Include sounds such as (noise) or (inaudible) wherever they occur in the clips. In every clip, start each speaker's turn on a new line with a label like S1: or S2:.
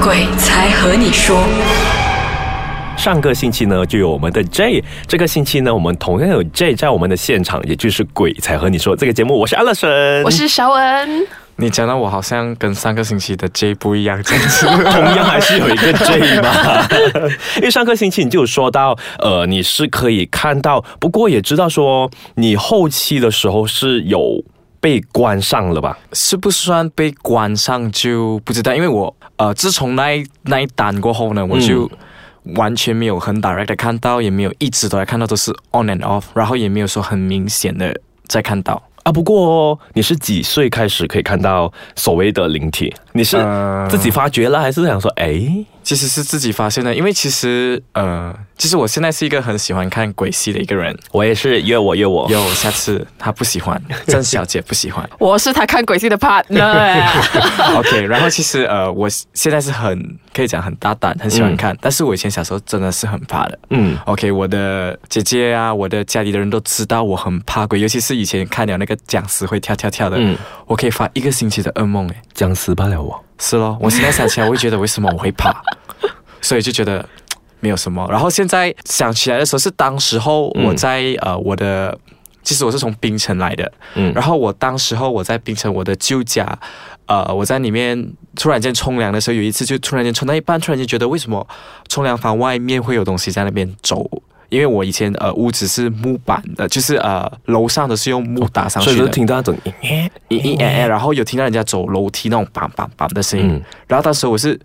S1: 鬼才和你说。
S2: 上个星期呢，就有我们的 J，这个星期呢，我们同样有 J 在我们的现场，也就是鬼才和你说这个节目，我是 Alison，
S3: 我是邵恩，
S4: 你讲到我好像跟上个星期的 J 不一样这样子。
S2: (laughs) 同样还是有一个 J 嘛， (laughs) 因为上个星期你就有说到，呃，你是可以看到，不过也知道说你后期的时候是有被关上了吧？
S4: 是不算被关上就不知道，因为我呃，自从那一那一单过后呢，我就完全没有很 direct 的看到，也没有一直都在看到，都是 on and off，然后也没有说很明显的在看到。
S2: 啊，不过、哦、你是几岁开始可以看到所谓的灵体？你是
S4: 呃
S2: 自己发觉了，还是想说，哎，
S4: 其实是自己发现的，因为其实呃，其实我现在是一个很喜欢看鬼戏的一个人。
S2: 我也是约我约我，
S4: 有，下次他不喜欢，郑小姐不喜欢。
S3: 我是他看鬼戏的 partner 哎。
S4: (laughs) OK，然后其实呃，我现在是很可以讲很大胆，很喜欢看，但是我以前小时候真的是很怕的。
S2: 嗯
S4: OK，我的姐姐啊，我的家里的人都知道我很怕鬼，尤其是以前看了那个僵尸会跳跳跳的，
S2: 嗯
S4: 我可以发一个星期的噩梦诶。
S2: 僵尸罢了我。
S4: 是咯，我现在想起来，我会觉得为什么我 (laughs) 会怕，所以就觉得没有什么。然后现在想起来的时候，是当时候我在、呃我的，其实我是从槟城来的，
S2: 嗯
S4: 然后我当时候我在槟城我的旧家，呃我在里面突然间冲凉的时候，有一次就突然间冲到一半，突然间觉得为什么冲凉房外面会有东西在那边走。因为我以前呃屋子是木板的，就是呃楼上的是用木打上去
S2: 所以
S4: 的，
S2: 就听到那种，咦
S4: 咦咦哎哎，然后有听到人家走楼梯那种梆梆梆的声音，
S2: 嗯
S4: 然后当时我是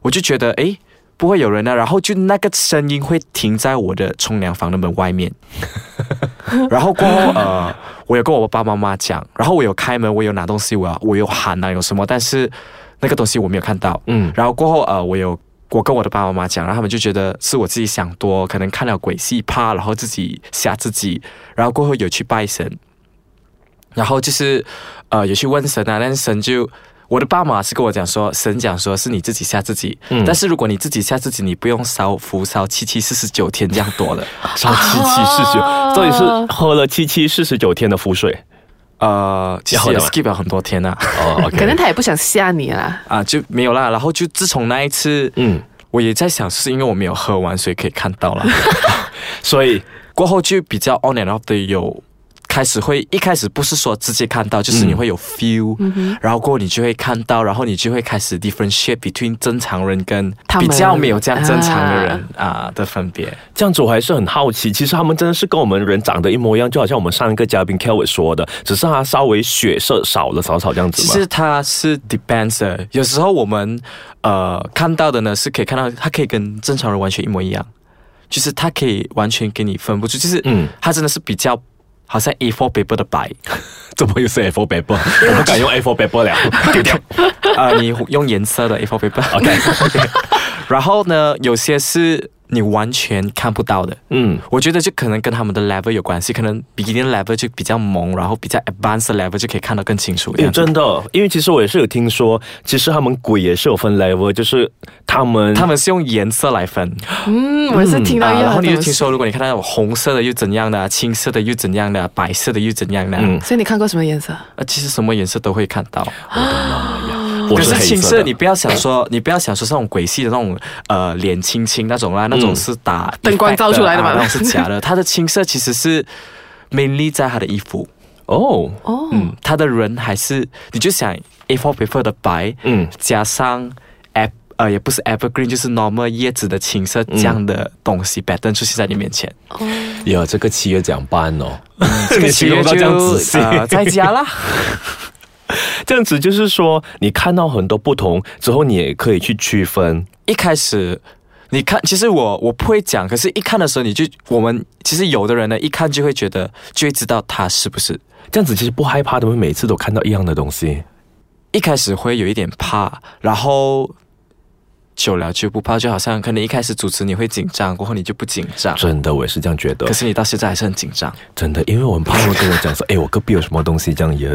S4: 我就觉得诶，不会有人啊，然后就那个声音会停在我的冲凉房的门外面， (laughs) 然后过后呃，我有跟我爸爸妈妈讲，然后我有开门，我有拿东西，我要我有喊啊有什么，但是那个东西我没有看到，
S2: 嗯
S4: 然后过后呃，我有我跟我的爸爸妈妈讲，然后他们就觉得是我自己想多，可能看了鬼戏怕，然后自己吓自己，然后过后有去拜神，然后就是呃有去问神啊，但是神就。我的爸妈是跟我讲说，神讲说是你自己吓自己，
S2: 嗯
S4: 但是如果你自己吓自己，你不用烧符烧七七四十九天这样多啊的，
S2: 烧七七四十九，到底是喝了七七四十九天的符水
S4: 呃，其实
S2: 要
S4: 也
S2: 的吗
S4: skip 了很多天呐、啊， (laughs)
S2: 哦，OK，
S3: (laughs) 可能他也不想吓你啦，
S4: 啊就没有啦。然后就自从那一次，
S2: 嗯，
S4: 我也在想，是因为我没有喝完，所以可以看到了。
S2: 所以
S4: 过后就比较 on and off 的有。开始会一开始不是说直接看到，就是你会有 feel，、然后过后你就会看到，然后你就会开始 differentiate between 正常人跟
S3: 他
S4: 比
S3: 们
S4: 较没有这样正常的人啊的分别。
S2: 这样子我还是很好奇，其实他们真的是跟我们人长得一模一样，就好像我们上一个嘉宾 Kelvin 说的，只是他稍微血色少了少少这样子
S4: 其
S2: 嘛。
S4: 实它是 depends 的，有时候我们呃看到的呢是可以看到，它可以跟正常人完全一模一样，就是它可以完全给你分不出，就是
S2: 嗯
S4: 它真的是比较好像 A4 paper 的白，
S2: 怎么又是 F4 paper？我不敢用 F4 paper 了，丢掉。
S4: 啊，你用颜色的 A4 paper。 (laughs)
S2: OK，
S4: 然后呢，有些是你完全看不到的。
S2: 嗯
S4: 我觉得就可能跟他们的 level 有关系，可能 beginning level 就比较萌，然后比较 advanced level 就可以看得更清楚。这
S2: 诶
S4: 样子
S2: 真的，因为其实我也是有听说，其实他们鬼也是有分 level，就是他们
S4: 他们是用颜色来分，
S3: 嗯，我是听到
S4: 啊
S3: 一样的东西、
S4: 然后你就听说，如果你看到红色的又怎样的啊，青色的又怎样的啊，白色的又怎样的啊，
S2: 嗯
S3: 所以你看过什么颜色？
S4: 呃，其实什么颜色都会看到。
S2: 我
S4: 可
S2: 是
S4: 是
S2: 黑
S4: 青
S2: 色
S4: 色，
S2: 的，
S4: 你不要想说， (laughs) 你不要想说是那种鬼戏的那种，呃，脸青青那种啦，那
S2: 嗯
S4: 种是打 effect
S3: 灯光照出来的嘛
S4: 啊那种是假
S3: (laughs)
S4: 的。它的青色其实是 mainly 在他的衣服，
S2: 哦，
S3: 哦，
S4: 嗯，他的人还是你就想 A4 paper 的白，
S2: 嗯
S4: 加上 a p 呃，也不是 evergreen，就是 normal 叶子的青色这样的
S2: 嗯
S4: 东西 p a t 出现在你
S2: (laughs)
S4: 面前。
S2: 有这个七月奖班哦，
S4: 这个
S2: 形容到这样仔细
S4: 就呃在家啦。
S2: 这样子就是说，你看到很多不同之后，你也可以去区分。
S4: 一开始你看，其实我我不会讲，可是一看的时候，你就我们其实有的人呢，一看就会觉得就会知道他是不是。
S2: 这样子其实不害怕，他们每次都看到一样的东西。
S4: 一开始会有一点怕，然后久了就不怕，就好像可能一开始主持你会紧张，过后你就不紧张，
S2: 真的，我也是这样觉得
S4: 可。是你到现在还是很紧张。
S2: 真的，因为我很怕他们跟我讲说，哎，我隔壁有什么东西，这样也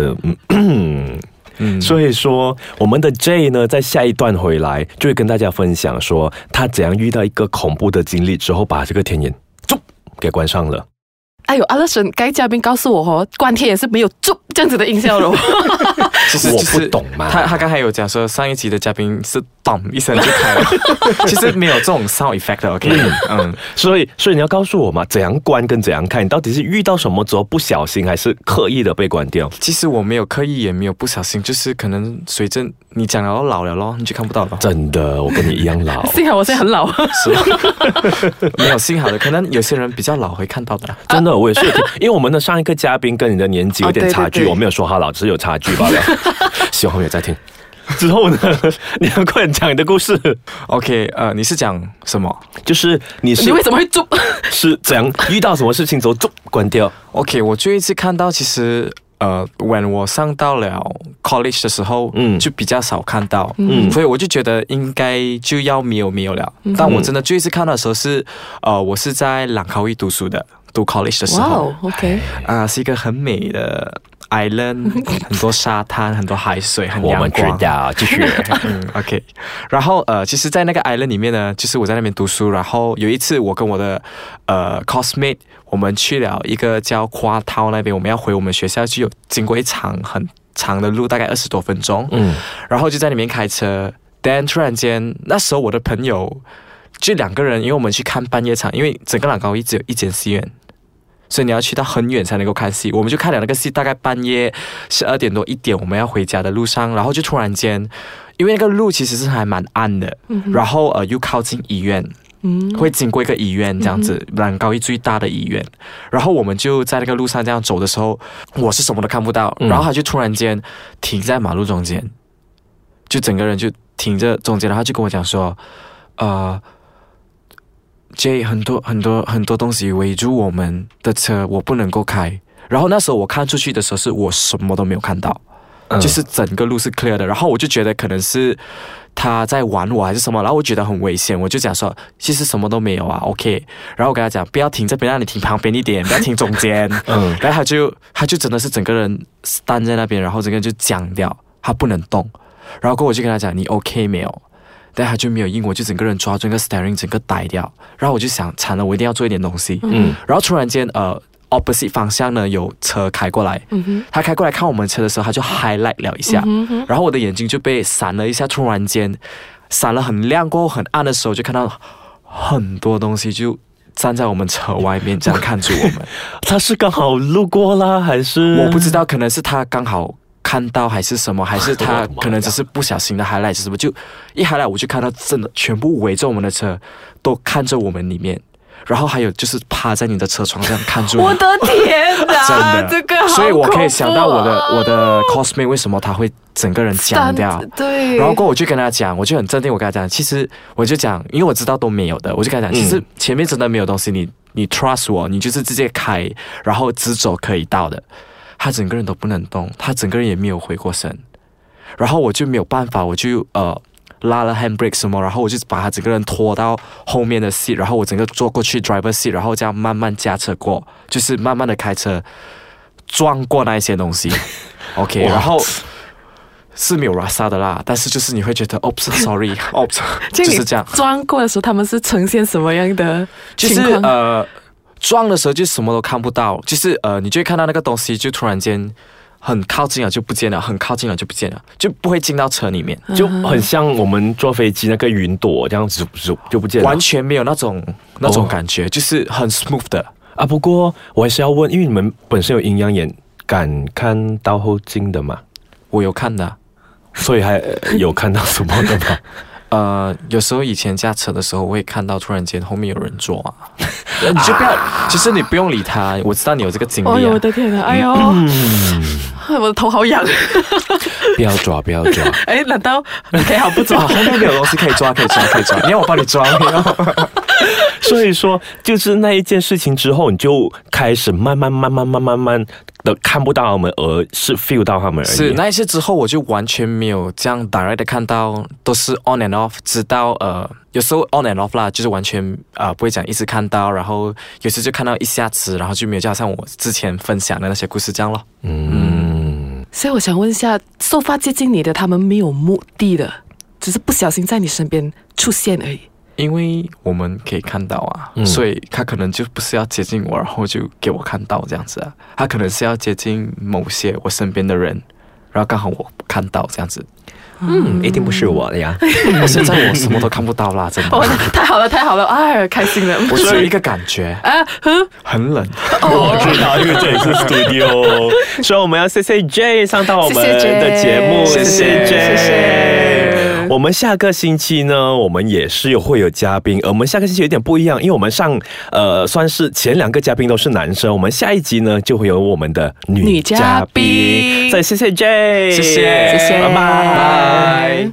S2: 嗯。
S4: 嗯，
S2: 所以说，我们的 J 呢，在下一段回来就会跟大家分享说，他怎样遇到一个恐怖的经历之后，把这个天眼就给关上了。
S4: (laughs)
S3: 哎呦，阿乐神，该嘉宾告诉我哦，关天也是没有“啾”这样子的音效的哦，
S4: 其实
S2: 我
S4: 就是
S2: 不懂嘛
S4: 他他刚才有讲说上一集的嘉宾是咚一声就开
S2: (laughs)
S4: 了，其实没有这种 sound effect 的，OK，嗯，
S2: 所以，所以你要告诉我嘛，怎样关跟怎样看，你到底是遇到什么时候不小心，还是刻意的被关掉？
S4: 其实我没有刻意，也没有不小心，就是可能随着你讲了老了咯，你就看不到 (laughs) 了。
S2: 真的，我跟你一样老。
S4: 啊
S3: 幸好我现在很老，
S4: (laughs) 没有幸好的，可能有些人比较老会看到的啦。
S2: 真的，我也是有听，因为我们的上一个嘉宾跟你的年纪有点
S3: 哦对对
S2: 差距，
S3: 对
S2: 我没有说他老，只是有差距罢了。 (laughs) 希望后面在听。之后呢，你要快点讲你的故事，
S4: OK，呃，你是讲什么
S2: 就是你是
S3: (laughs) 你为什么会做？
S2: 是怎样遇到什么事情之后就关掉？
S4: ？OK，我最后一次看到，其实呃，when 我上到了 college 的时候，
S2: 嗯
S4: 嗯，就比较少看到，
S2: 嗯
S4: 嗯，所以我就觉得应该就要没有没有了。但我真的最后一次看到的时候是，呃，我是在朗考一读书的，读 college 的时
S3: 哇
S4: 候，
S3: 哦，OK，
S4: 啊、是一个很美的 island，很多沙滩，很多海水，很
S2: 我
S4: 阳光。
S2: 们知道，继续。
S4: 嗯，OK。然后呃，其实，在那个 island 里面呢，就是我在那边读书。然后有一次，我跟我的呃 cosmate，我们去了一个叫夸涛那边，我们要回我们学校去，有经过一场很长的路，大概二十多分钟。
S2: 嗯，
S4: 然后就在里面开车。但突然间，那时候我的朋友就两个人，因为我们去看半夜场，因为整个朗高一只有一间戏院，所以你要去到很远才能够看戏。我们就看了那个戏，大概半夜十二点多一点，我们要回家的路上，然后就突然间，因为那个路其实是还蛮暗的，然后呃又靠近医院，
S3: 嗯，
S4: 会经过一个医院这样子，朗高一最大的医院。然后我们就在那个路上这样走的时候，我是什么都看不到，
S2: 嗯
S4: 然后他就突然间停在马路中间，就整个人就停着中间，然后他就跟我讲说，呃。J 很多很多很多东西围住我们的车，我不能够开。然后那时候我看出去的时候，是我什么都没有看到，
S2: 嗯
S4: 就是整个路是 clear 的。然后我就觉得可能是他在玩我还是什么，然后我觉得很危险，我就讲说其实什么都没有啊，OK。然后我跟他讲不要停这边，让你停旁边一点，不要停中间。 (laughs)
S2: 嗯
S4: 然后他就他就真的是整个人standing 在那边，然后整个人就僵掉，他不能动。然后过后我就跟他讲你 OK 没有？但他就没有应我，就整个人抓住那个 steering，整个呆掉。然后我就想，惨了，我一定要做一点东西。
S2: 嗯
S4: 然后突然间，呃，opposite 方向呢有车开过来，
S3: 嗯哼，
S4: 他开过来看我们车的时候，他就 highlight 了一下，
S3: 嗯哼，
S4: 然后我的眼睛就被闪了一下，突然间闪了很亮过后很暗的时候，就看到很多东西就站在我们车外面这样看着我
S3: (laughs)
S4: 们。
S2: 他是刚好路过啦，还是
S4: 我不知道，可能是他刚好。看到还是什么，还是
S2: 我
S4: 他
S2: 的妈呀
S4: 可能只是不小心的 highlight 是什么，就一 highlight 我就看到真的全部围着我们的车，都看着我们里面，然后还有就是趴在你的车窗上看着我
S3: 我
S4: 们。
S3: 的天
S4: (laughs) 真
S3: 哪，
S4: 的，
S3: 这个好恐怖啊，
S4: 所以我可以想到我的我的 cosmate 为什么他会整个人僵掉。
S3: 但啊 (laughs) 对，
S4: 然后过后我就跟他讲，我就很镇定，我跟他讲，其实我就讲，因为我知道都没有的，我就跟他讲，
S2: 嗯
S4: 其实前面真的没有东西，你你 trust 我，你就是直接开，然后直走可以到的。他整个人都不能动，他整个人也没有回过神，然后我就没有办法，我就呃拉了 handbrake 什么，然后我就把他整个人拖到后面的 seat，然后我整个坐过去 driver seat，然后这样慢慢驾车过，就是慢慢的开车撞过那一些东西，OK，
S2: 哇
S4: 然后。是没有 rasa 的啦，但是就是你会觉得，oops，sorry，oops，就 (laughs)
S3: 你
S4: 是这样，
S3: 装过的时候，他们是呈现什么样的
S4: 就
S3: 情
S4: 是
S3: 况？
S4: 呃，撞的时候就什么都看不到，就是呃，你就会看到那个东西就突然间很靠近了就不见了，很靠近了就不见了，就不会进到车里面，
S2: 就很像我们坐飞机那个云朵这样子，就不见了
S4: 完。全没有那种那
S2: 哦
S4: 种感觉，就是很 smooth 的。
S2: 啊，不过我还是要问，因为你们本身有阴阳眼，敢看到后镜的嘛？
S4: 我有看的，
S2: 所以还呃有看到什么的吗？
S4: 呃，有时候以前驾车的时候，我会看到突然间后面有人坐
S2: (laughs)
S4: 啊，你就不要，
S2: 啊
S4: 其实你不用理他，我知道你有这个经
S3: 哎
S4: 历
S3: 呦我
S4: 啊。
S3: 的天哪！哎呦，哎 (laughs) 我的头好 (laughs) 痒。
S2: (laughs) 不要抓，不要抓。
S3: 哎，难 (laughs) 道 OK 好不走
S4: 啊，？后面没有东西可以抓，可以抓，可
S2: (laughs)
S4: 以抓。你要我帮你抓没有？
S2: (laughs) 所以说，就是那一件事情之后，你就开始慢慢、慢慢、慢慢、慢的看不到他们，而 (laughs) 是 feel 到他们而已。
S4: 是那一次之后，我就完全没有这样 direct 的看到，都是 on and off，直到呃有时候 on and off 啦，就是完全啊、呃不会讲一直看到，然后有时就看到一下子，然后就没有加上我之前分享的那些故事这样咯。
S2: 嗯，
S3: 所以我想问一下，受发接近你的，他们没有目的的，只是不小心在你身边出现而已。
S4: 因为我们可以看到啊，
S2: 嗯
S4: 所以他可能就不是要接近我，然后就给我看到这样子啊，他可能是要接近某些我身边的人，然后刚好我看到这样子，
S2: 嗯，一定不是我的呀。
S4: 我现在我什么都看不到啦，真
S3: (laughs)
S4: 的
S3: 哦，，太好了，太好了，哎，开心了。
S4: 我只有一个感觉，
S3: 啊，哼，
S4: 很冷。
S3: 哦
S2: 我知道，因为这里是
S3: (laughs)
S2: studio，所以我们要谢谢 J 上到我们
S3: 谢谢 J
S2: 的节目，
S4: 谢谢
S2: J
S4: 谢
S3: 谢
S2: 我们下个星期呢，我们也是有会有嘉宾，呃我们下个星期有点不一样，因为我们上呃算是前两个嘉宾都是男生，我们下一集呢就会有我们的女
S3: 女
S2: 嘉
S3: 嘉
S2: 宾。
S3: 宾
S2: 再谢谢 J，
S4: 谢谢谢谢
S3: 谢谢，
S2: 拜拜。
S4: 拜